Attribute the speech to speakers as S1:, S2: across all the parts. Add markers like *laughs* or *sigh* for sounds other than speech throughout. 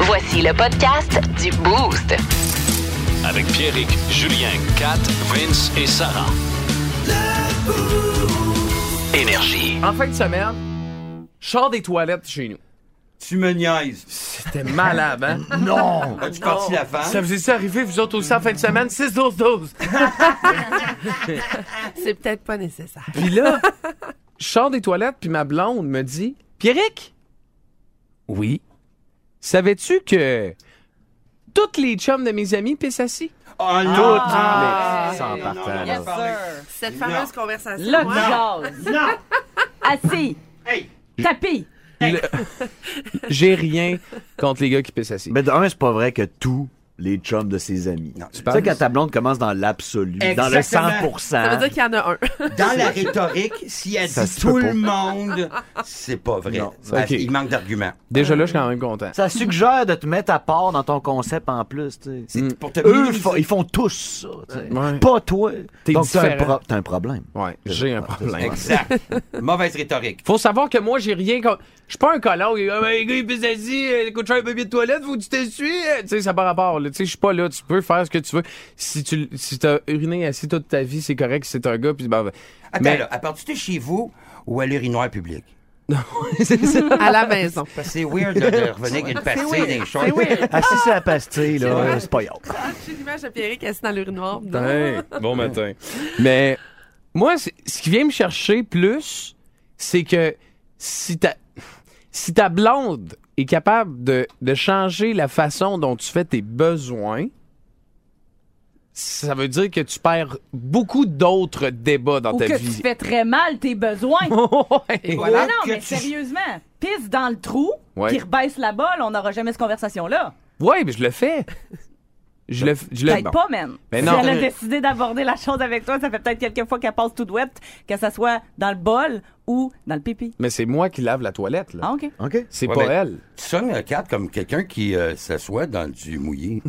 S1: Voici le podcast du Boost.
S2: Avec Pierrick, Julien, Kat, Vince et Sarah. Énergie.
S3: En fin de semaine, je sors des toilettes chez nous.
S4: Tu me niaises.
S3: C'était *laughs* malade,
S5: *laughs*
S3: hein? non!
S4: As-tu parti la femme?
S3: Ça vous est arrivé, vous autres aussi, en fin de semaine? 6-12-12!
S5: *laughs* C'est peut-être pas nécessaire.
S3: Puis là, je sors des toilettes, puis ma blonde me dit Pierrick Oui. Savais-tu que toutes les chums de mes amis pissent assis
S4: En l'autre.
S3: Mais sans partage.
S4: Ah, non, non,
S5: Cette fameuse conversation.
S6: Là,
S5: moi,
S6: tu jases.
S4: Non.
S6: Assis.
S4: Hey.
S6: Tapis.
S3: Le- J'ai rien contre les gars qui pissent assis.
S7: Mais Ben, d'un, c'est pas vrai que tous les chums de ses amis. tu
S3: penses?
S7: sais, quand ta blonde commence dans l'absolu, dans le
S4: Exactement.
S7: 100%.
S5: Ça veut dire qu'il y en a un.
S4: Dans la rhétorique, si elle
S7: Ça
S4: dit
S7: se
S4: tout
S7: peut pas.
S4: le monde, c'est pas vrai.
S7: Non.
S4: Parce
S3: Ok.
S4: Il manque d'arguments.
S3: Déjà là, je suis quand même content.
S7: Ça suggère de te mettre à part dans ton concept en plus. tu sais.
S4: C'est Pour te
S7: Eux,
S4: minimiser.
S7: fa- ils font tous ça. tu sais.
S3: Ouais.
S7: Pas toi.
S3: T'es
S7: Donc, t'as un,
S3: différent.
S7: pro- t'as un problème.
S3: Ouais, j'ai un problème. *laughs*
S4: Exact. Mauvaise rhétorique.
S3: Faut savoir que moi, j'ai rien contre. Je suis pas un collant. qui est comme, Hey, gars, il pisse assis, euh, coûte cher un papier de toilette, faut que tu t'essuies. euh. Tu sais, ça par rapport. là. Tu sais, je suis pas là. Tu peux faire ce que tu veux. Si tu si t'as uriné assis toute ta vie, c'est correct. Si c'est un gars, puis ben, ben.
S4: Attends,
S3: Mais-
S4: là, à part tu chez vous ou à l'urinoir public?
S3: c'est ça.
S5: *laughs* À la *laughs* maison.
S4: Parce que c'est weird là, de revenir
S6: *laughs*
S4: avec une pastille des choses.
S5: Eh
S7: *laughs* Assis sur la pastille, là, c'est pas grave.
S5: Ah, J'ai l'image de Pierrick assis dans l'urinoir.
S3: Hey, *laughs* bon matin. Mais moi, c'est- ce qui vient me chercher plus, c'est que si ta, si ta blonde est capable de, de changer la façon dont tu fais tes besoins, ça veut dire que tu perds beaucoup d'autres débats dans
S6: Ou
S3: ta
S6: que tu
S3: vie.
S6: fais très mal tes besoins.
S3: *laughs* Ouais.
S4: Voilà
S6: mais non,
S4: que
S6: mais
S4: tu-
S6: sérieusement, pisse dans le trou,
S3: Ouais.
S6: qui rebaisse la balle, on n'aura jamais cette conversation-là.
S3: Ouais, mais je le fais. Je le, je le
S6: Peut-être Ben, pas, man.
S3: Mais
S6: si
S3: non.
S6: elle a décidé d'aborder la chose avec toi, ça fait peut-être quelques fois qu'elle passe toute ouette, que ça soit dans le bol ou dans le pipi.
S3: Mais c'est moi qui lave la toilette, là.
S6: Ah, OK.
S7: OK?
S3: C'est
S4: Ouais,
S3: pas
S4: mais-
S3: elle.
S4: Tu sonnes le cadre comme quelqu'un qui euh, s'assoit dans du mouillé.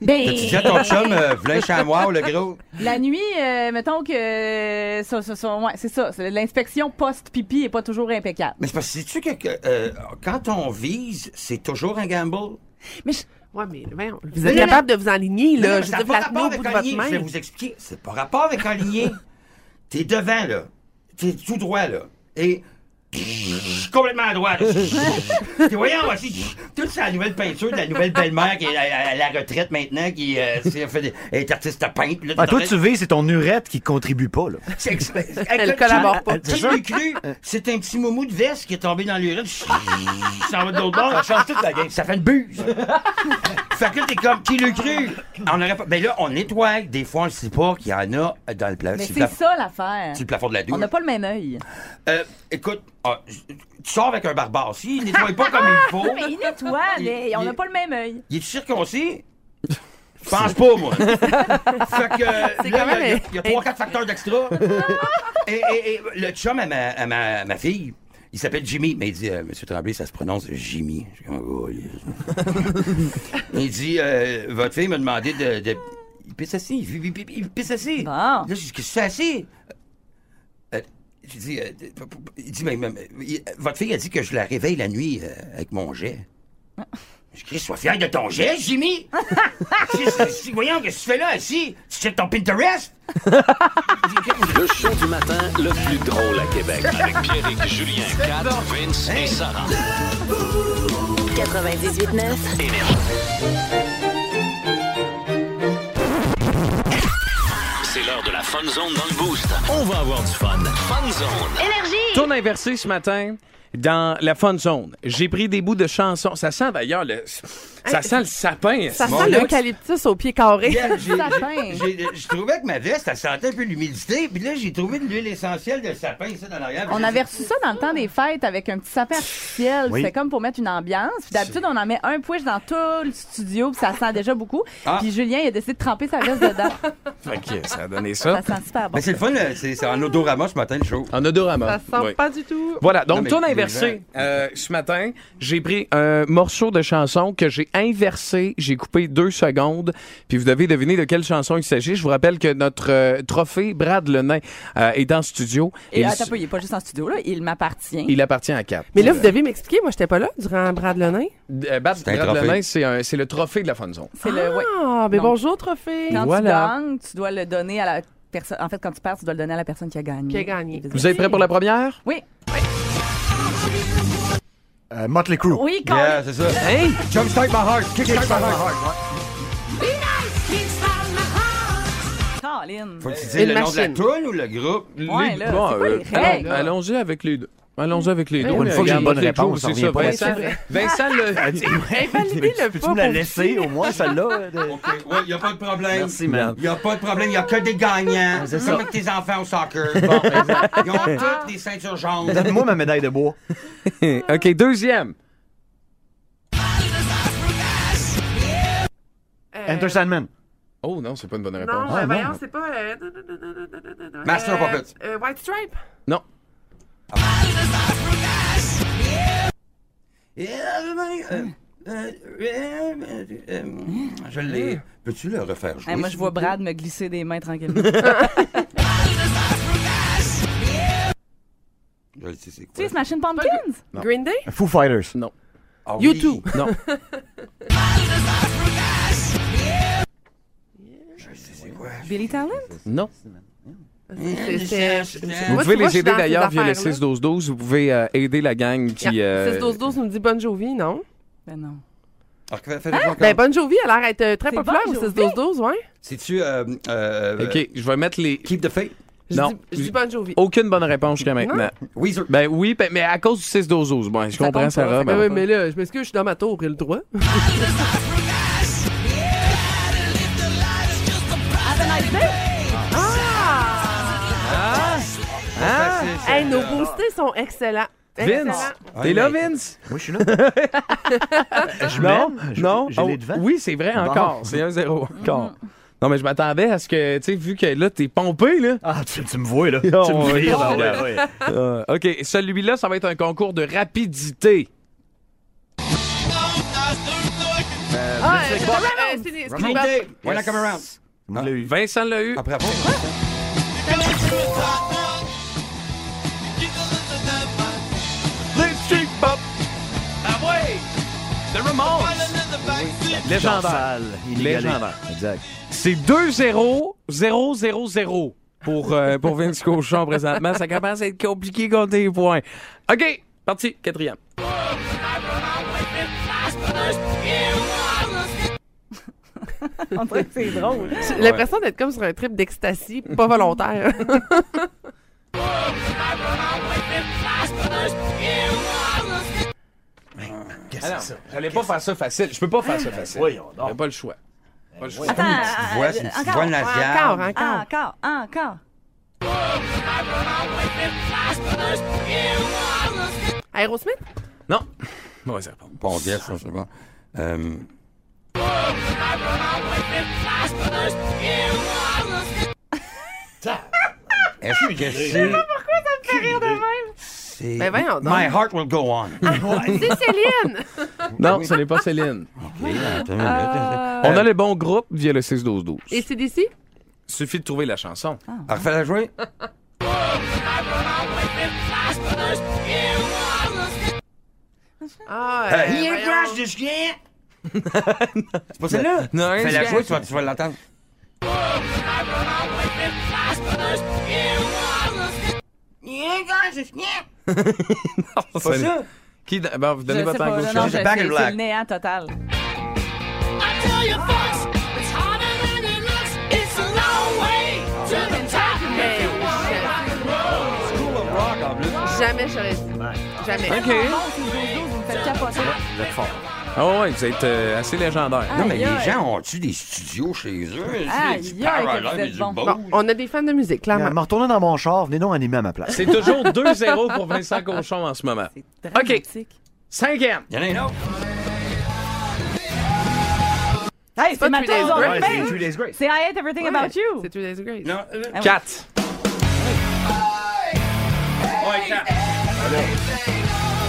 S6: Ben,
S4: Tu dis à ton chum, euh, V'là un chamois, le gros.
S6: la nuit, euh, mettons que... euh, ça, ça, ça, ouais, c'est ça. c'est- L'inspection post-pipi est pas toujours impeccable.
S4: Mais c'est parce que sais-tu que que, euh, quand on vise, c'est toujours un gamble?
S6: Mais je-
S5: Ouais, mais voyons, vous êtes
S4: Non, non,
S5: capable de vous enligner,
S4: Non,
S5: là.
S4: non,
S5: Je
S4: ça n'a
S5: veux dire, vous
S4: pas
S5: la tenez
S4: rapport
S5: au
S4: avec
S5: bout de
S4: un
S5: votre
S4: lien, Je vais
S5: main.
S4: vous expliquer. C'est pas rapport avec un lien.
S5: *laughs*
S4: T'es devant, là. T'es tout droit, là. Et. Complètement à
S5: *laughs*
S4: droite. T'es voyant, voici. Toute sa nouvelle peinture de la nouvelle belle-mère qui est à, à la retraite maintenant, qui euh, s'est fait des- est artiste à peintre. là,
S7: Ah, toi,
S4: dans-
S7: tu vis, c'est ton urette qui contribue pas. Là.
S4: C'est ex- avec
S5: Elle
S4: le-
S5: collabore
S4: tu-
S5: pas.
S4: tu l'as cru, c'est un petit moumou de veste qui est tombé dans l'urine. Ça va de l'autre bord, ça change toute la game. Ça fait une buse. *laughs* fait que là, t'es comme, qui l'a cru? On aurait pas... Ben là, on nettoie. Des fois, on le sait pas qu'il y en a dans le
S3: Ah,
S4: plafond.
S6: mais
S4: sur le
S6: c'est
S4: plafond-
S6: ça l'affaire.
S4: sur le plafond de la douche.
S6: On n'a pas le même œil.
S4: Euh, écoute, ah, j- tu sors avec un barbare. S'il nettoie pas comme il
S6: *laughs*
S4: faut,
S6: Mais il nettoie,
S4: Il-
S6: mais on
S4: il-
S6: n'a pas le même œil.
S4: il est circoncis. Je *laughs* pense pas, *laughs* moi. fait que
S5: C'est
S4: là,
S5: quand même
S4: il y a-
S5: un-
S4: il y a trois, quatre facteurs
S5: *laughs*
S4: d'extra. et, et- et le chum à ma, à ma- à ma fille, il s'appelle Jimmy, mais il dit, euh, Monsieur Tremblay, ça se prononce Jimmy. Je suis comme, Oh, yes. il dit, euh, votre fille m'a demandé de... de- Il pisse assis, il, il- il- il pisse assis.
S6: Bon.
S4: Là, je dis, qu'est-ce que c'est assis? Euh, je dis, euh, p- p- p- il dit, mais, mais- mais, il- votre fille a dit que je la réveille la nuit euh, avec mon jet. Je crie, sois fier de ton jet, Jimmy! Si- si- si- voyons, qu'est-ce que tu fais là, assis? Tu checkes ton Pinterest?
S6: *laughs*
S2: Le show du matin le plus drôle à Québec. Avec Pierrick, Julien, Kat, Vince et Sarah.
S1: 98.9.
S2: C'est l'heure de la Fun Zone dans le Boost. On va avoir du fun. Fun Zone.
S3: Tourne inversée ce matin dans la fun zone. J'ai pris des bouts de chansons. Ça sent d'ailleurs le. Ça sent le sapin.
S5: Ça
S4: Mon
S5: sent
S4: Dieu.
S5: l'eucalyptus au pied carré.
S4: Hier, j'ai-
S6: Sapin.
S4: j'ai- j'ai- Je trouvais que ma veste, elle sentait un peu l'humidité, puis là, j'ai trouvé de l'huile essentielle de sapin, ici dans l'arrière.
S6: On avait reçu ça dans le temps des fêtes avec un petit sapin artificiel.
S7: Oui.
S6: C'était comme pour mettre une ambiance. Puis d'habitude, on en met un push dans tout le studio, puis ça sent déjà beaucoup.
S4: Ah.
S6: Puis Julien, il a décidé de tremper sa veste
S3: *laughs*
S6: dedans.
S3: OK, ça a donné
S6: ça
S3: ça.
S6: sent super bon.
S4: Mais c'est le fun, euh, c'est c'est en odorama ce matin, le show.
S3: En odorama.
S5: Ça sent
S3: Oui.
S5: pas du tout.
S3: Voilà, donc
S4: Non, mais
S3: tourne
S4: les
S3: inversée.
S4: gens-
S3: Euh, ce matin, j'ai pris un morceau de chanson que j'ai inversé. J'ai coupé deux secondes. Puis vous devez deviner de quelle chanson il s'agit. Je vous rappelle que notre euh, trophée Brad Lenain euh, est en studio.
S6: Et
S5: euh,
S6: euh,
S3: il,
S6: attends un peu, il n'est pas juste en studio, là. Il m'appartient.
S3: il appartient à Cap.
S5: Mais là, vous devez m'expliquer. Moi, j'étais pas là durant Brad Lenain.
S3: Euh, Brad,
S8: un
S3: Brad
S8: trophée.
S3: Lenain, c'est un- c'est le trophée de la Fun Zone.
S6: C'est le. ouais.
S5: Ah, mais
S6: Non.
S5: bonjour, trophée.
S6: Quand
S3: Voilà.
S6: tu gagnes, tu dois le donner à la personne. En fait, quand tu perds, tu dois le donner à la personne qui a gagné.
S5: Qui a gagné.
S3: Vous êtes prêts pour la première?
S6: Oui.
S9: Euh, Motley Crue.
S6: Oui, quand.
S8: Yeah, c'est ça.
S3: Hey!
S8: Jumpstart my heart. Kickstart my heart.
S6: Colin.
S4: Faut que tu
S5: Une
S4: dises le nom de la
S5: machine.
S4: toune ou le groupe?
S6: Ouais,
S3: Les-
S6: là,
S3: bon,
S6: c'est quoi
S3: euh,
S6: les règles?
S3: allons- Allons-y avec les deux. Allons-y avec les deux.
S7: Pour une fois que j'ai une bonne
S3: Regarde,
S7: réponse,
S3: c'est
S7: on revient
S3: ça.
S7: pas
S3: Vincent,
S5: là-dessus.
S3: Vincent
S7: *laughs*
S3: le...
S5: Validez-le
S7: Peux-tu
S5: pas
S7: me la
S5: pour
S7: laisser au moins, celle-là?
S5: *laughs*
S7: euh, de-
S4: OK, ouais, y a pas de problème.
S7: Merci, man.
S4: Il n'y a pas de problème, il n'y a que des gagnants. C'est comme avec tes enfants au soccer. Bon,
S6: ben,
S4: ils ont toutes des ceintures jaunes.
S7: Donne-moi ma médaille de bois.
S3: OK, deuxième.
S5: Euh,
S7: Enter Sandman.
S3: Oh non, c'est pas une bonne réponse.
S5: Non,
S7: Ah,
S5: euh, voyons,
S7: non.
S5: c'est pas. euh, non, non, non, non, non, non, non, non.
S4: Master
S5: Euh,
S4: Puppet.
S5: euh, White Stripe.
S3: Non.
S4: Euh, euh, euh, euh, euh, Je l'ai. Peux-tu le refaire
S3: Ah,
S4: jouer?
S6: Hein? Hey, moi, je vois Brad me glisser des
S3: *laughs*
S6: mains tranquillement.
S4: Je le sais, c'est
S6: tu
S4: quoi.
S6: sais, Smashing Pumpkins?
S5: Green Day.
S7: Foo Fighters.
S4: Ah oui.
S5: U2.
S3: Non.
S6: Billy Talent?
S3: Non.
S5: C'est- c'est- c'est-
S3: Vous pouvez
S5: moi, tu vois, je
S3: les
S5: suis
S3: aider
S5: dans ces
S3: d'ailleurs via le
S5: affaires-là.
S3: 6-12-12. Vous pouvez euh, aider la gang qui.
S5: Yeah.
S3: euh,
S5: 6-12-12 nous dit Bon Jovi, non?
S6: Ben non.
S4: Alors, fais- fais-le
S6: Hein?
S4: voir
S5: Ben,
S4: comme-
S5: Bon Jovi a l'air d'être euh, très
S6: C'est
S5: populaire
S6: Bon
S5: au
S6: Jovi.
S5: 6-12-12, ouais.
S4: C'est-tu. euh, euh,
S3: OK, je vais mettre les.
S4: Keep the faith?
S5: Je
S3: Non. Oh,
S5: dis- Je dis Bon Jovi.
S3: Aucune bonne réponse jusqu'à maintenant.
S4: Weezer.
S3: Ben oui, ben- mais à cause du 6-12-12. Bon, je
S6: Ça
S3: comprends,
S6: compte pas,
S3: Sarah.
S6: ça
S5: Ben
S3: ben-
S5: oui, mais là, je m'excuse, je suis dans ma tour, j'ai le droit. *laughs*
S6: Ah!
S3: Ah!
S6: Ah!
S5: Hey, nos boostés sont excellents. Excellents.
S3: Vince, t'es là, Vince?
S7: Moi, je suis là. *laughs* je
S3: Non,
S7: m'aime. Je-
S3: non.
S7: Je l'ai
S3: Oh,
S7: devant.
S3: Oui, c'est vrai, encore. C'est 1-0 encore. Non, mais je m'attendais à ce que, tu sais, vu que là, t'es pompé, là.
S7: Ah, tu, tu me vois, là.
S3: Non,
S7: tu me
S3: oui,
S7: vires,
S3: non,
S7: là, ouais.
S3: Euh, OK, celui-là, ça va être un concours de rapidité.
S5: Ah, euh, euh, c'est des-
S4: Green
S5: c'est-
S4: Day. When I come around.
S7: Je l'ai eu.
S3: Vincent l'a eu.
S4: Après, bon.
S7: Ah,
S3: Légendaire.
S7: Dorsal, inégalé.
S3: Légendaire.
S7: Exact.
S3: C'est 2-0, 0-0-0 pour, euh, pour Vince Cochon présentement. Ça commence à être compliqué compter les points. OK, parti, quatrième.
S6: *laughs* On dirait que c'est drôle.
S5: J'ai l'impression d'être comme sur un trip d'ecstasy, pas
S6: *laughs*
S5: volontaire.
S3: Alors, j'allais pas faire ça facile. Je peux pas faire ça facile.
S7: Voyons
S3: J'ai
S7: donc.
S3: pas le choix. Pas le choix.
S6: Attends, euh,
S4: Tu vois, c'est une petite voix
S5: encore,
S4: nasale.
S5: encore.
S6: encore, encore.
S5: Aerosmith?
S3: Non. Bon, ça répond.
S4: Bon, bien, ça, c'est bon. Euh, Est-ce que c'est. C'est.
S5: Ben voyons donc.
S4: My heart will go on.
S5: C'est
S6: *laughs*
S5: Céline!
S3: Non, ce n'est pas Céline.
S4: *laughs* Ok, attends une minute.
S3: On a le bon groupe via le 6-12-12.
S5: Et c'est d'ici?
S3: Suffit de trouver la chanson.
S4: Ah, Refais-la jouer.
S5: Ah, euh,
S4: Hey,
S5: voyons.
S4: crash de chien! C'est pas celle-là?
S3: Non,
S4: Fais la jouer, tu vas, tu vas l'entendre. Pas ça?
S3: Qui, bon, vous donnez
S6: je sais
S3: votre
S6: pas,
S3: langue au
S6: non,
S3: chat.
S6: non, je sais,
S4: Back in
S6: c'est
S4: black.
S6: le néant total.
S5: Jamais j'aurais dit. Jamais.
S3: OK.
S6: Non, c'est le 12-12, vous me faites capoter.
S3: Ah ouais, vous êtes euh, assez légendaire.
S4: Non, mais
S6: Aïe,
S4: les
S6: aïe.
S4: gens ont-tu des studios chez eux?
S6: Aïe,
S4: C'est du
S6: aïe, que
S4: Parallel
S6: vous
S4: et
S6: êtes
S4: du
S6: bon.
S4: Bose.
S5: Bon, on a des fans de musique,
S7: Je
S5: clairement.
S7: me retourner Ah, dans mon char. Venez donc animer à ma place.
S3: C'est toujours 2-0 pour Vincent Cochon en ce moment.
S6: C'est dramatique.
S3: Cinquième.
S4: Il y en a un autre.
S6: Hey,
S5: pas
S6: c'est ma
S5: Three Days
S6: tour,
S5: Grace.
S6: on le
S7: Ouais,
S6: fait.
S7: c'est Three Days Grace.
S6: C'est I Hate Everything
S5: Ouais,
S6: About You.
S5: C'est Two Days Grace.
S4: Non, euh,
S3: 4.
S4: ouais, ça.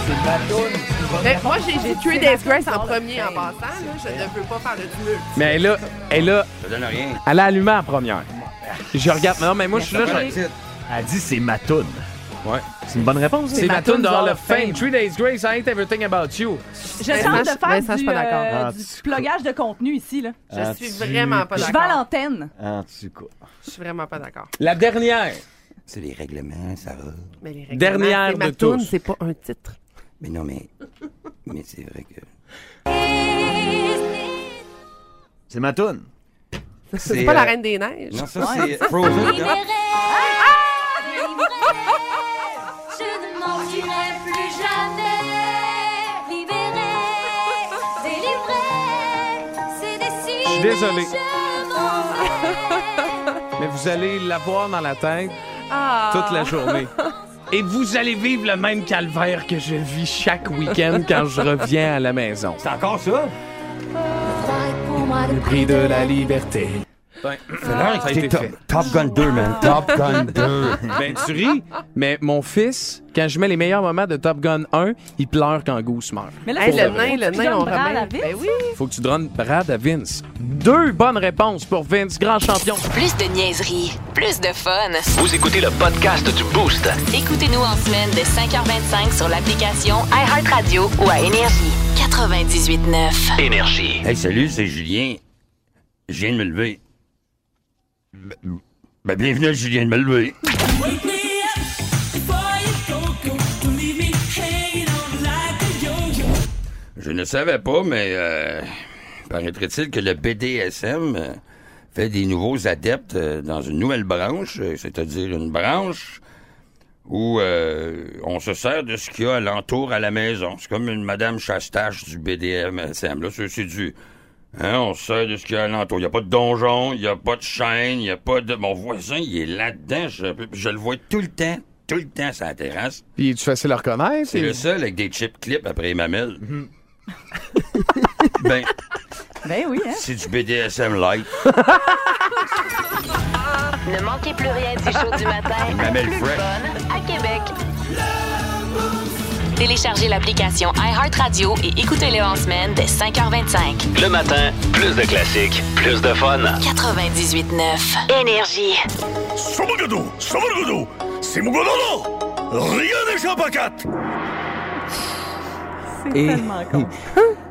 S7: C'est ma toune.
S5: Mais Ben, moi, j'ai j'ai tué Days Grace en premier en passant. Là. Je ne veux pas faire de tumulte.
S3: Mais elle a, elle a,
S4: Ça donne rien.
S3: elle a allumé en première. Je regarde, non, mais moi, je suis là, je-
S7: Elle dit c'est ma toune.
S3: Ouais.
S7: C'est une bonne réponse. hein?
S3: C'est ma tune de Hall of Fame.
S6: Fame.
S3: Three Days Grace, I hate everything about you.
S5: Vincent,
S6: Je sens de
S5: je- Vincent,
S6: faire
S5: je suis
S6: du,
S5: pas d'accord.
S6: euh,
S7: Ah,
S6: du
S7: tu-
S6: plugage de contenu ici. Là.
S5: Je suis vraiment pas
S6: Je vais à
S5: d'accord. Ah.
S6: l'antenne.
S7: En tout cas.
S5: Je suis vraiment pas d'accord.
S3: La dernière.
S4: C'est les règlements, ça va.
S5: Mais les règlements,
S3: Dernière
S5: c'est ma
S3: de
S5: toune,
S3: tous.
S5: c'est pas un titre. *laughs*
S4: Mais non, mais. Mais c'est vrai que.
S7: C'est ma toune.
S5: C'est pas la Reine des Neiges.
S4: Non, ça, c'est Frozen.
S6: Ah!
S9: Je ne mentirai plus jamais. Libéré, délivré, c'est décidé.
S3: Je suis désolé,
S9: Je m'en vais.
S3: mais vous allez l'avoir dans la tête
S5: Ah.
S3: toute la journée. Et vous allez vivre le même calvaire que je vis chaque week-end quand je reviens à la maison.
S4: C'est encore ça?
S9: Vague pour moi de
S3: Prix de la liberté.
S4: Ça a été
S3: Top-
S4: fait. Top Gun 2, man. Top Gun 2.
S3: Ben, tu ris, mais mon fils, quand je mets les meilleurs moments de Top Gun 1, il pleure quand Goose meurt.
S6: Mais là,
S5: Hey,
S6: c'est-
S5: le nain, le
S6: Tu
S5: nain,
S6: donnes
S5: on
S6: bras à la
S5: remet.
S6: vis?
S5: Ben oui.
S3: Faut que tu donnes Brad à Vince. Deux bonnes réponses pour Vince, grand champion.
S1: Plus de niaiserie, plus de fun.
S2: Vous écoutez le podcast du Boost.
S1: Écoutez-nous en semaine de 5h25 sur l'application iHeartRadio ou à Énergie. 98.9.
S2: Énergie.
S4: Hey, salut, c'est Julien. Je viens de me lever. Ben, ben, bienvenue à Julien de me lever. Je ne savais pas, mais euh, paraîtrait-il que le BDSM euh, fait des nouveaux adeptes euh, dans une nouvelle branche, euh, c'est-à-dire une branche où euh, on se sert de ce qu'il y a alentour à la maison. C'est comme une Madame Chastache du BDSM. Là, c'est c'est du... Hein, on se sert de ce qu'il y a alentour. Il n'y a pas de donjon, il n'y a pas de chaîne, il n'y a pas de... Mon voisin, il est là-dedans. Je, je le vois tout le temps, tout le temps sur la terrasse.
S3: Puis tu facile à reconnaître.
S4: C'est le seul avec des chips clips après les mamelles. *laughs* ben,
S6: Ben oui, hein.
S4: c'est du BDSM light.
S1: Ne manquez plus rien du show du matin.
S4: Une mamelle
S1: plus
S4: fraîche.
S1: fun à Québec. Téléchargez l'application iHeartRadio et écoutez-le en semaine de 5h25.
S2: Le matin, plus de classiques, plus de fun.
S1: 98.9. Énergie.
S6: C'est
S3: *laughs* Et-
S6: tellement con.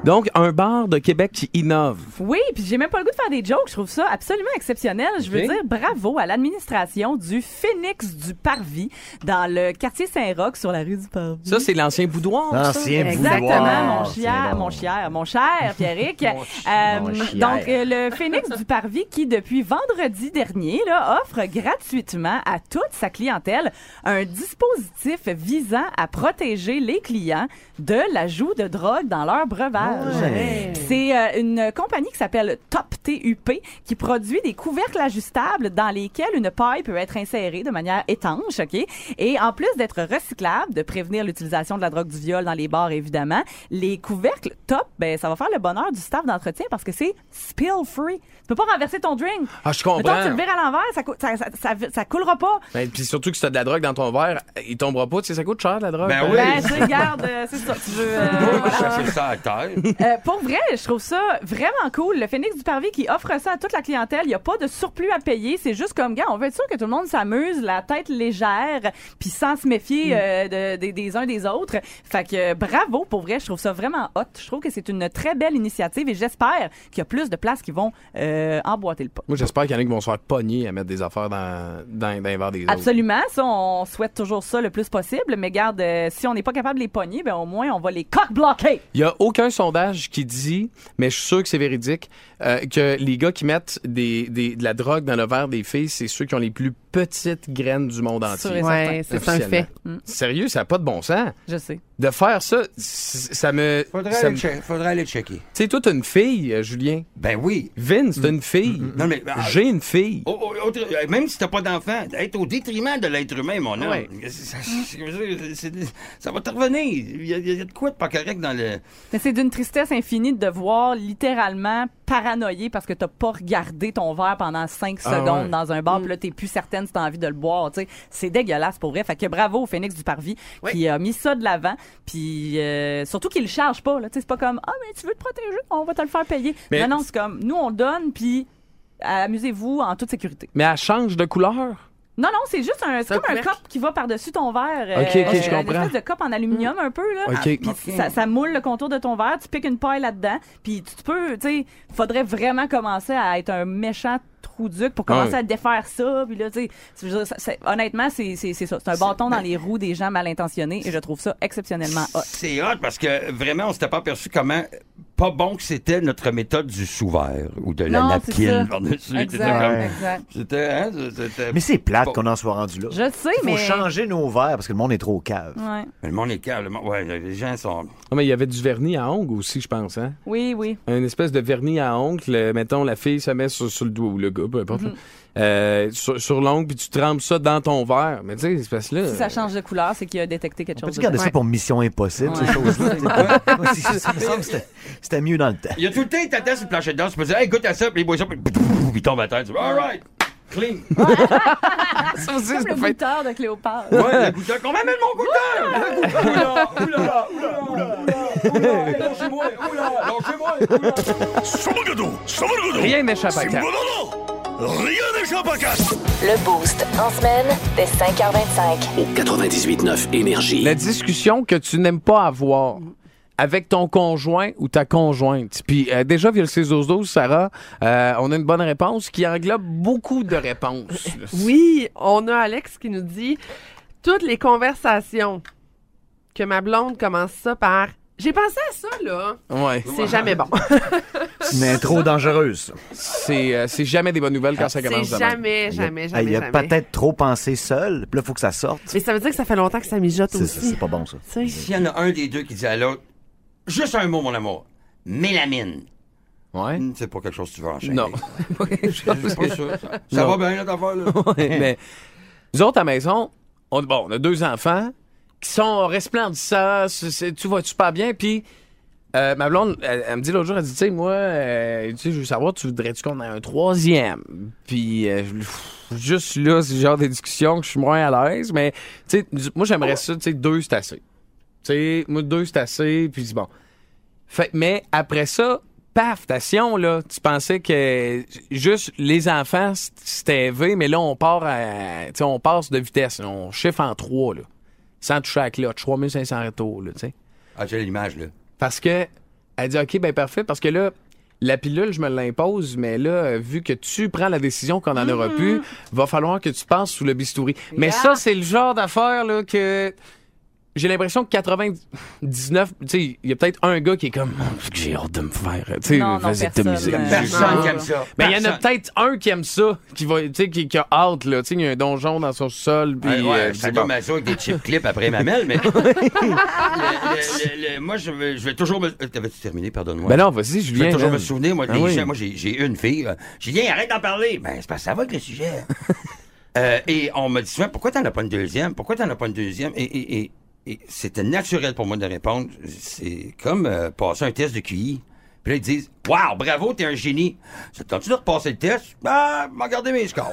S3: Donc, un bar de Québec qui innove.
S6: Oui, puis j'ai même pas le goût de faire des jokes. Je trouve ça absolument exceptionnel. Je veux
S3: Ok.
S6: dire bravo à l'administration du Phoenix du Parvis dans le quartier Saint-Roch sur la rue du Parvis.
S3: Ça, c'est Ah. l'ancien boudoir. ça.
S7: Ancien
S6: Exactement,
S7: boudoir.
S6: mon cher,
S7: C'est
S6: mon
S7: bon.
S6: cher, mon
S3: *laughs*
S6: cher, Pierrick.
S7: Mon chi-
S6: Euh,
S7: mon chier.
S6: donc, euh, le Phoenix du Parvis qui, depuis vendredi dernier, là, offre gratuitement à toute sa clientèle un dispositif visant à protéger les clients de l'ajout de drogue dans leur breuvage.
S7: Ouais.
S6: C'est euh, une compagnie qui s'appelle Top TUP qui produit des couvercles ajustables dans lesquels une paille peut être insérée de manière étanche, OK? Et en plus d'être recyclable, de prévenir l'utilisation de la drogue du viol dans les bars, évidemment, les couvercles Top, ben, ça va faire le bonheur du staff d'entretien parce que c'est spill free. Tu peux pas renverser ton drink.
S3: Ah, je
S6: Mettons,
S3: comprends.
S6: tu le vires à l'envers, ça, cou- ça, ça, ça, ça coulera pas.
S3: Ben, puis surtout que si t'as de la drogue dans ton verre, il tombera pas. Tu sais, ça coûte cher, de la drogue. hein?
S4: Ben oui.
S6: Ben, tu regardes, euh, c'est ça. Tu veux, euh, voilà.
S4: C'est ça à terre.
S6: Euh, pour vrai, je trouve ça vraiment cool. Le Phoenix du Parvis qui offre ça à toute la clientèle. Il n'y a pas de surplus à payer. C'est juste comme, gars, on veut être sûr que tout le monde s'amuse, la tête légère, puis sans se méfier euh, de- des- des uns des autres. Fait que euh, bravo, pour vrai, je trouve ça vraiment hot. Je trouve que c'est une très belle initiative et j'espère qu'il y a plus de places qui vont euh, emboîter le pas.
S3: Moi, j'espère qu'il y en a qui vont se faire pogner à mettre des affaires dans, dans, dans les verres des autres.
S6: Absolument, ça, on souhaite toujours ça le plus possible, mais garde, euh, si on n'est pas capable de les pogner, ben au moins on va les cock-bloquer.
S3: Il n'y a aucun sondage qui dit, mais je suis sûr que c'est véridique, euh, que les gars qui mettent des, des- de la drogue dans le verre des filles, c'est ceux qui ont les plus petites graines du monde
S6: Sûr
S3: entier.
S6: et
S5: Ouais,
S6: certain.
S5: c'est un fait.
S4: Mm.
S3: Officiellement. Sérieux, ça n'a pas de bon sens.
S6: Je sais.
S3: De faire ça, c- ça me.
S4: Faudrait
S3: ça me
S4: aller che- faudrait aller checker.
S3: sais, toi, t'as une fille, euh, Julien.
S4: Ben oui.
S3: Vince, t'as une
S4: Mm.
S3: fille.
S4: Non, mais- ah.
S3: J'ai une fille.
S4: Au- au- autre- euh, même si t'as pas d'enfant, être au détriment de l'être humain, mon homme,
S3: Ouais.
S4: ça, c'est- c'est- ça va te revenir. Il y, a- il y a de quoi de pas correct dans le...
S6: Mais c'est d'une tristesse infinie de devoir littéralement paranoïer parce que t'as pas regardé ton verre pendant 5
S3: Ah
S6: secondes
S3: ouais.
S6: dans un bar, puis là, t'es plus certaine si t'as envie de le boire. tu sais. C'est dégueulasse pour vrai. Fait que bravo au Phoenix du Parvis qui a mis ça de l'avant, puis euh, surtout qu'il le charge pas. là. Tu sais, C'est pas comme Ah, mais tu veux te protéger, on va te le faire payer.
S3: Mais-
S6: Non, non, c'est comme Nous, on le donne, puis euh, amusez-vous en toute sécurité.
S3: Mais elle change de couleur.
S6: Non, non, c'est juste un, c'est
S5: un
S6: comme un
S5: couvercle.
S6: cop qui va par-dessus ton verre. euh,
S3: Ok, ok, je
S6: Une
S3: comprends.
S6: espèce de cop en aluminium un peu, là.
S3: OK.
S6: Puis ça, ça moule le contour de ton verre, tu piques une paille là-dedans, puis tu peux, tu sais, faudrait vraiment commencer à être un méchant trou duc pour commencer
S3: Ah Ouais.
S6: à défaire ça, puis là, tu sais, je veux dire, ça- c'est- honnêtement, c'est c'est- c'est ça, c'est un bâton dans les roues des gens mal intentionnés, et je trouve ça exceptionnellement hot.
S4: C'est hot parce que vraiment, on s'était pas aperçu comment pas bon que c'était notre méthode du sous-verre ou de la
S6: Non, c'est ça.
S4: napkin par-dessus. C'était comme-
S6: Exact, exact.
S4: C'était... hein, c'était-
S7: Mais c'est plate
S4: Bon.
S7: qu'on en soit rendu là.
S6: Je sais,
S7: Il
S6: mais...
S7: faut changer nos verres parce que le monde est trop cave.
S6: Ouais.
S4: Mais Le monde est calme. le monde- Ouais, les gens sont...
S3: Non, mais il y avait du vernis à ongles aussi, je pense. Hein?
S6: Oui, oui.
S3: Une espèce de vernis à ongles. euh, Mettons, la fille se met sur, sur le doigt ou le gars, peu importe.
S6: Mhm.
S3: euh, sur sur l'ongle, puis tu trempes ça dans ton verre. Mais tu sais, c'est parce que là.
S6: Si ça change de couleur, c'est qu'il a détecté quelque
S7: On
S6: chose.
S7: peut-tu garder
S6: dedans.
S7: ça pour Mission Impossible, ces
S6: Ouais.
S7: choses-là? *laughs* Moi, c'est- ça me semble que c'était- c'était mieux dans le temps.
S4: Il y a tout le temps, ils t'attendent sur le plancher de danse, tu peux dire, hey, goûte à ça, puis ils boivent ça, puis ils tombent à terre. Tu dis, all right, clean.
S3: *laughs* ça aussi,
S6: Comme le goûteur de Cléopâtre.
S4: Ouais, le goûteur. On m'amène mon goûteur! Le goûteur! Oula, oula, oula, oula, oula, oula, lâchez-moi, oula, lâchez-moi, oula.
S3: Rien n'échappe à quatre.
S1: Le Boost. En semaine, dès 5h25.
S2: Au 98.9 Énergie.
S3: La discussion que tu n'aimes pas avoir
S6: Mhm.
S3: avec ton conjoint ou ta conjointe. Puis euh, déjà, via le 612, Sarah, euh, on a une bonne réponse qui englobe beaucoup de réponses.
S5: Oui, on a Alex qui nous dit toutes les conversations que ma blonde commence ça par j'ai pensé à ça là,
S3: Ah, Ouais.
S5: c'est jamais bon.
S7: C'est une intro dangereuse. ça.
S3: C'est euh, c'est jamais des bonnes nouvelles quand ça
S5: c'est
S3: commence de même.
S5: jamais, jamais,
S7: Ah,
S5: jamais,
S7: Il a
S5: jamais.
S7: peut-être trop pensé seul, puis là, il faut que ça sorte.
S5: Mais ça veut dire que ça fait longtemps que ça mijote
S7: C'est-
S5: aussi.
S7: C'est pas bon, ça.
S5: Tu sais.
S4: S'il y en a un des deux qui dit à l'autre, juste un mot, mon amour, mélamine.
S3: Ouais.
S4: Hmm, C'est pas quelque chose que tu veux enchaîner.
S3: Non.
S4: C'est pas sûr, ça. Ça
S3: Non.
S4: va bien, là, ta affaire, là?
S3: *laughs* Mais nous autres, à la maison, on, bon, on a deux enfants qui sont resplendissants, c'est- c'est- tu vas super bien, puis euh, ma blonde, elle, elle me dit l'autre jour, elle dit, tu sais, moi, euh, tu sais, je veux savoir, tu voudrais-tu qu'on ait un troisième? Puis, euh, je- pff, juste là, c'est le genre de discussion que je suis moins à l'aise, mais, tu sais, du- moi, j'aimerais ça, tu sais, deux, c'est assez. Tu sais, moi, deux, c'est assez, puis bon. Fait, mais après ça, paf, ta sion, là, tu pensais que juste les enfants, c- c'était élevé, mais là, on part à, tu sais, on passe de vitesse, on chiffre en trois, là, sans toucher à la cloche, 3500 retours, là, tu sais.
S4: Ah, j'ai l'image, là.
S3: Parce que elle dit OK, ben parfait, parce que là, la pilule, je me l'impose, mais là, euh, vu que tu prends la décision qu'on en
S6: Mm-hmm.
S3: aura plus, va falloir que tu passes sous le bistouri. Mais ça, c'est le genre d'affaire là, que. J'ai l'impression que 99, tu sais, il y a peut-être un gars qui est comme, Mon Dieu, j'ai hâte de me faire, tu sais,
S6: Non, non,
S3: vas-y,
S6: personne,
S3: atomiser.
S6: euh,
S4: Personne
S6: non.
S4: qui aime ça.
S3: Mais il y en a
S4: Personne.
S3: peut-être un qui aime ça, qui va, tu sais, qui, qui a hâte, là, tu sais, il y a un donjon dans son sol, puis.
S4: Ouais, ouais,
S3: euh,
S4: ça
S3: c'est
S4: doit
S3: bon.
S4: m'assurer avec des
S3: *laughs*
S4: chip clips après ma mêle, mais. *laughs* Le- le- le- le- moi, je vais, je vais toujours me. Euh, T'avais-tu terminé, pardonne-moi?
S3: Ben non, vas-y,
S4: Je vais
S3: Julien.
S4: toujours
S3: man.
S4: me souvenir, moi,
S3: Ah
S4: des
S3: oui.
S4: gens. Moi, j'ai- j'ai une fille. euh, J'ai dit, arrête d'en parler. Ben, c'est parce que ça va avec
S3: *laughs*
S4: le sujet. Euh, et on me dit souvent, pourquoi t'en as pas une deuxième? Pourquoi t'en as pas une deuxième? Et, et- et- et c'était naturel pour moi de répondre. C'est comme euh, passer un test de QI. Puis là, ils disent, wow, bravo, t'es un génie. Ça te tente-tu de repasser le test? Ben, m'a gardé
S3: *laughs*
S4: mes scores.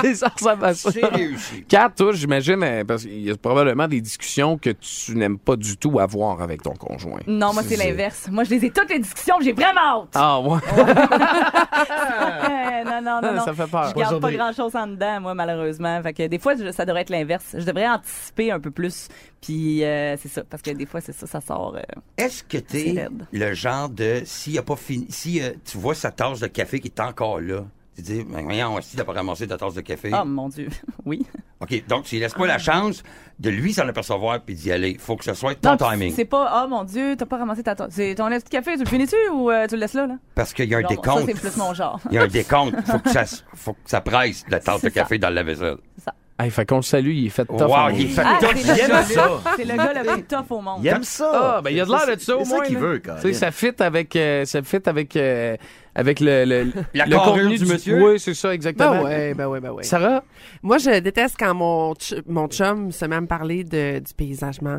S3: C'est ça, ça va ça.
S4: C'est réussi.
S3: Quatre, toi, j'imagine, euh, parce qu'il y a probablement des discussions que tu n'aimes pas du tout avoir avec ton conjoint.
S6: Non, moi, c'est l'inverse. Moi, je les ai toutes les discussions, j'ai vraiment hâte.
S3: Ah, ouais.
S6: Euh, non, non, non,
S3: *laughs*
S6: non.
S3: Ça fait peur.
S6: Je garde pas
S7: Aujourd'hui.
S6: grand chose en dedans, moi, malheureusement. Fait que des fois, je- ça devrait être l'inverse. Je devrais anticiper un peu plus. Puis euh, c'est ça, parce que des fois, c'est ça, ça sort. euh,
S4: Est-ce que
S6: C'est
S4: t'es
S6: raide.
S4: le genre de s'il y a pas fini si euh, tu vois sa tasse de café qui est encore là, tu dis ben voyons si t'as pas ramassé ta tasse de café.
S6: Oh mon Dieu, *laughs* oui.
S4: OK, donc tu laisses pas
S6: Ah.
S4: la chance de lui s'en apercevoir puis d'y aller. Faut que ce soit ton
S6: Non,
S4: timing
S6: C'est pas, oh mon Dieu, t'as pas ramassé ta tasse. C'est ton lève du café, tu le finis-tu ou euh, tu le laisses là? là?
S4: parce qu'il y a un
S6: Non, Ça,
S4: décompte.
S6: c'est plus mon genre. *laughs*
S4: Il y a un décompte, faut que ça s- faut que ça presse la tasse de
S6: C'est ça. Ah,
S4: café dans la vaisselle.
S6: C'est ça.
S3: Hey, fait qu'on le salue, il est fait tough. en
S4: Wow, il est
S3: maudit.
S4: fait
S6: Ah,
S4: tough,
S6: c'est
S4: il aime
S6: ça.
S4: ça.
S6: C'est le gars le plus tough au monde.
S7: Il aime ça.
S3: Ah, ben, il y a de l'air de ça, au
S7: C'est
S3: moins,
S7: ça qu'il
S3: là.
S7: veut,
S3: Tu
S7: quand
S3: sais,
S7: même.
S3: ça fit avec, euh, ça fit avec, euh, avec le, le,
S4: *laughs* La
S3: le
S4: carrure
S3: contenu
S4: du
S3: du
S4: monsieur.
S3: Oui, c'est ça, exactement.
S5: Ben ouais, ben ouais, ben ouais.
S3: Sarah,
S5: Moi, je déteste quand mon, ch- mon chum se met à me parler de, du paysagement,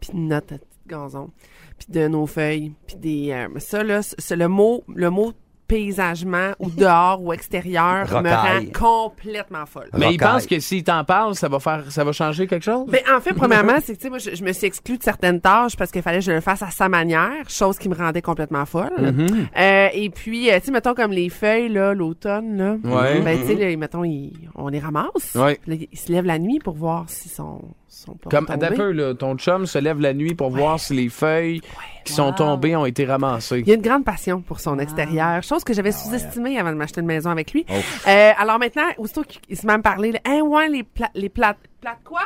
S5: puis de notre petit gazon, puis de nos feuilles, puis des... euh, ça, là, c- c'est le mot, le mot paysagement ou dehors ou extérieur me
S4: Rocaille.
S5: rend complètement folle.
S3: mais il
S7: Rocaille.
S3: pense que s'il t'en parle, ça va faire, ça va changer quelque chose?
S5: *laughs* Ben, en fait, premièrement, c'est que tu sais, moi, je, je me suis exclue de certaines tâches parce qu'il fallait que je le fasse à sa manière, chose qui me rendait complètement folle.
S3: Mm-hmm.
S5: Euh, et puis, euh, tu sais, mettons comme les feuilles, là, l'automne, là.
S3: Ouais. Mm-hmm.
S5: Ben, tu sais, là, mettons, ils- on les ramasse.
S3: Ouais.
S5: Puis là, ils se lèvent la nuit pour voir s'ils sont, sont pas
S3: Comme,
S5: tombés.
S3: attends un peu, là, ton chum se lève la nuit pour voir si les feuilles qui sont
S6: Wow.
S3: tombées ont été ramassées.
S5: Il y a une grande passion pour
S3: Ah.
S5: son extérieur, chose que j'avais sous-estimée avant de m'acheter une maison avec
S3: Oh.
S5: lui. Euh, alors maintenant, aussitôt qu'il se met à me parler, là, Hein, ouais, les, pla- les plates... Plates quoi?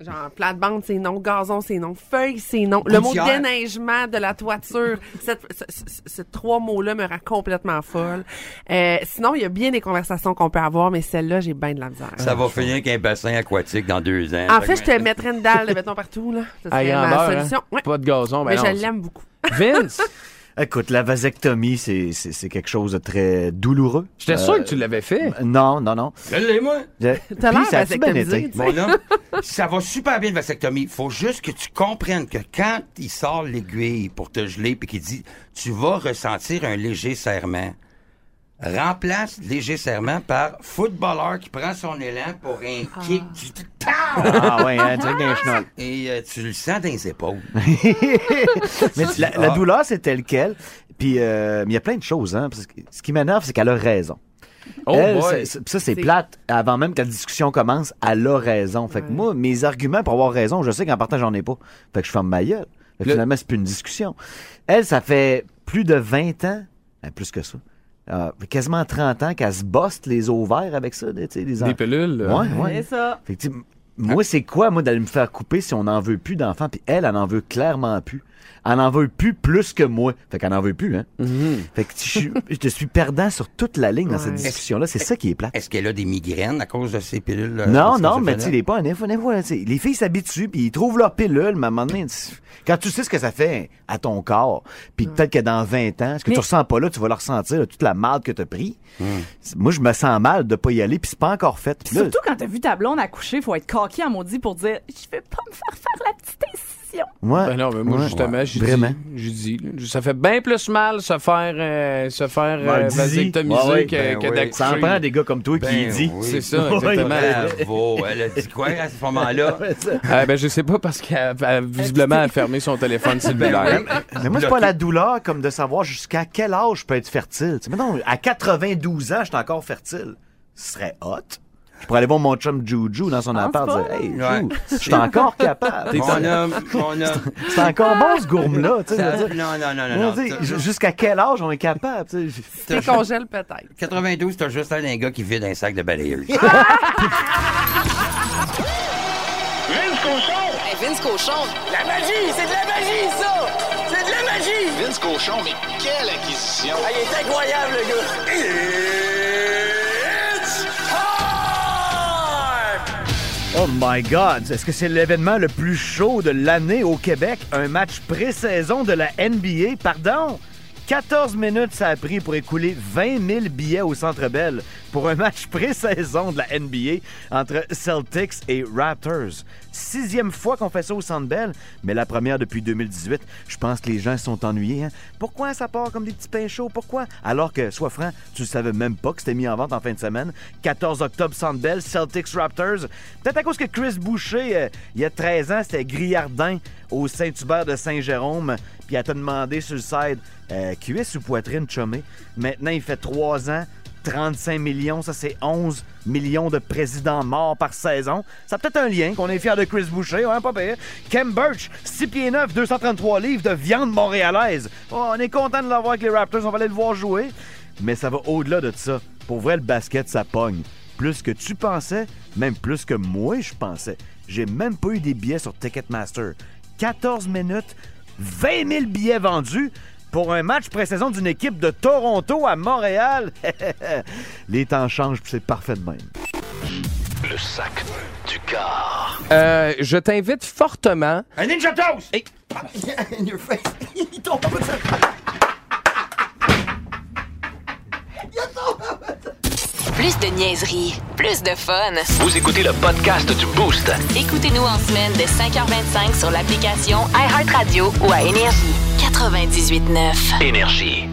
S5: Genre, plate-bande, c'est non. Gazon, c'est non. Feuille, c'est non. Le mot
S4: Gouttière.
S5: déneigement de la
S3: *laughs*
S5: toiture. cette- ce- ce- ce- Ces trois mots-là me rendent complètement folle. Euh, sinon, il y a bien des conversations qu'on peut avoir, mais celle-là, j'ai bien de la misère.
S4: Ça va finir qu'un bassin aquatique dans deux ans.
S5: En
S6: Ah.
S5: fait, je te mettrais une dalle
S3: *laughs*
S5: de béton partout, là. Ça
S3: À
S5: serait ma
S3: grandeur, hein?
S5: solution. Ouais.
S3: Pas de gazon, ben
S5: mais
S3: non.
S5: je l'aime
S3: *laughs*
S5: beaucoup.
S3: Vince,
S7: Écoute, la vasectomie, c'est- c'est c'est quelque chose de très douloureux. Euh,
S3: j'étais sûr que tu l'avais fait.
S7: Non, non, non.
S4: Je l'ai, moi.
S7: Je-
S5: T'as
S7: Puis,
S5: l'air
S7: ça a-tu bien
S5: vasectomisé,
S7: été?
S5: tu sais.
S4: Mon homme, ça va super bien de vasectomie. Faut juste que tu comprennes que quand il sort l'aiguille pour te geler puis qu'il dit tu vas ressentir un léger serrement. Remplace léger serrement par footballeur qui prend son élan pour un kick du
S7: *laughs*
S4: Pow!
S7: Ah ouais, hein, direct dans les
S5: *laughs*
S7: chenolles.
S4: Et euh, tu le sens dans les épaules.
S7: Mais la, la
S4: Ah.
S7: douleur, c'est telle quelle. Puis euh, mais il y a plein de choses. Hein, parce que ce qui m'énerve, c'est qu'elle a raison.
S3: Oh
S7: Elle,
S3: boy.
S7: c'est- c'est- ça, c'est
S5: C'est-
S7: plate. Avant même que la discussion commence, elle a raison. Fait que moi, mes arguments pour avoir raison, je sais qu'en partant, j'en ai pas. Fait que je ferme ma gueule. Fait que
S3: Le-
S7: finalement, c'est plus une discussion. Elle, ça fait plus de 20 ans, ben, plus que ça, euh, quasiment 30 ans qu'elle se bosse les ovaires avec ça. Des, tu sais, des en-
S3: Des euh, pilules.
S7: Ouais, ouais.
S6: C'est ça.
S7: Fait que, tu sais, m- moi, c'est quoi, moi, d'aller me faire couper si on n'en veut plus d'enfants? Puis elle, elle n'en veut clairement plus. Elle n'en veut plus plus que moi. Fait qu'elle n'en veut plus, hein?
S3: Mm-hmm.
S7: Fait que tu- je, suis- je te suis perdant sur toute la ligne dans cette
S5: Ouais.
S7: discussion-là. C'est ça qui est plate.
S4: Est-ce qu'elle a des migraines à cause de ces pilules? euh,
S7: Non,
S4: ces
S7: non, mais tu sais,
S4: solutions-là?
S7: les pas un info, un info, tu sais, Les filles s'habituent, puis ils trouvent leur pilule, mais à un moment donné, tu- quand tu sais ce que ça fait à ton corps, puis peut-être que dans 20 ans, ce que
S6: Mais-
S7: tu ressens pas là, tu vas le ressentir, là, toute la marde que t'as pris. C'est- Moi, je me sens mal de pas y aller, puis c'est pas encore fait. Puis là,
S6: Surtout quand t'as vu ta blonde accoucher, faut être coquille en maudit pour dire Je vais pas me faire faire la petite incision.
S7: ouais,
S3: Ben non, mais moi,
S7: ouais,
S3: justement, j'ai
S7: Vraiment.
S3: dit, j'ai dit, là, ça fait bien plus mal se faire, euh, se faire euh,
S7: Ben, dis-y.
S3: vasectomiser
S7: Ouais, ouais,
S3: que,
S4: ben
S3: que
S4: oui.
S3: d'accoucher.
S7: Ça en prend des gars comme toi qui
S4: Ben
S7: dit.
S4: oui.
S3: C'est
S7: *laughs*
S3: ça, exactement.
S4: Bravo. Elle a dit quoi à ce moment-là?
S3: Ah, ben, je sais pas parce qu'elle elle, visiblement a fermé son téléphone cellulaire.
S7: Mais moi, c'est pas la douleur comme de savoir jusqu'à quel âge je peux être fertile. Tu sais, mais non, à 92 ans, je suis encore fertile. Ce serait hot. Je pourrais aller voir mon chum Juju dans son
S6: penses
S7: appart et
S6: pas?
S7: dire Hey, Ju,
S4: Ouais.
S7: je suis encore capable.
S4: Mon
S7: *laughs* *laughs* C'est-
S4: homme, mon homme. Euh,
S7: C'est encore bon, ce gourme-là. Tu sais, je veux dire.
S4: Non, non, non,
S7: Je veux
S4: non. non.
S7: dire, ju- jusqu'à quel âge on est capable? tu sais.
S5: Je te congèle peut-être.
S4: 92, t'as juste un gars qui vide un sac de balayeuse.
S1: Hey, Vince Cochon,
S2: Vince Cochon, mais quelle acquisition!
S7: Oh my God! Est-ce que c'est l'événement le plus chaud de l'année au Québec? Un match pré-saison de la NBA? Pardon! 14 minutes ça a pris pour écouler 20 000 billets au Centre Bell pour un match pré-saison de la NBA entre Celtics et Raptors. Sixième fois qu'on fait ça au Centre Bell, mais la première depuis 2018. Je pense que les gens sont ennuyés. hein. Pourquoi ça part comme des petits pains chauds? Pourquoi? Alors que, sois franc, tu ne savais même pas que c'était mis en vente en fin de semaine. 14 octobre, Centre Bell, Celtics Raptors. Peut-être à cause que Chris Boucher, euh, il y a 13 ans, c'était grillardin au Saint-Hubert de Saint-Jérôme. Puis elle t'a demandé sur le side, euh, cuisse ou poitrine chômée. Maintenant, il fait 3 ans. 35 millions, ça c'est 11 millions de présidents morts par saison. Ça a peut-être un lien qu'on est fier de Chris Boucher, hein, pas pire. Kem Birch, 6 pieds 9, 233 livres de viande montréalaise. Oh, on est content de l'avoir avec les Raptors, on va aller le voir jouer. Mais ça va au-delà de ça. Pour vrai, le basket, ça pogne. Plus que tu pensais, même plus que moi je pensais. J'ai même pas eu des billets sur Ticketmaster. 14 minutes, 20 000 billets vendus pour un match pré-saison d'une équipe de *laughs* Toronto à Montréal. Les temps changent, puis c'est parfait de même.
S2: le sac du car.
S3: Euh, je t'invite fortement.
S4: Un Ninja Toast!
S10: In your face. Il tombe en bas de sa
S1: Plus de niaiserie, plus de fun.
S2: Vous écoutez le podcast du Boost.
S1: Écoutez-nous en semaine de 5h25 sur l'application iHeartRadio ou à Énergie. 98.9.
S2: Énergie.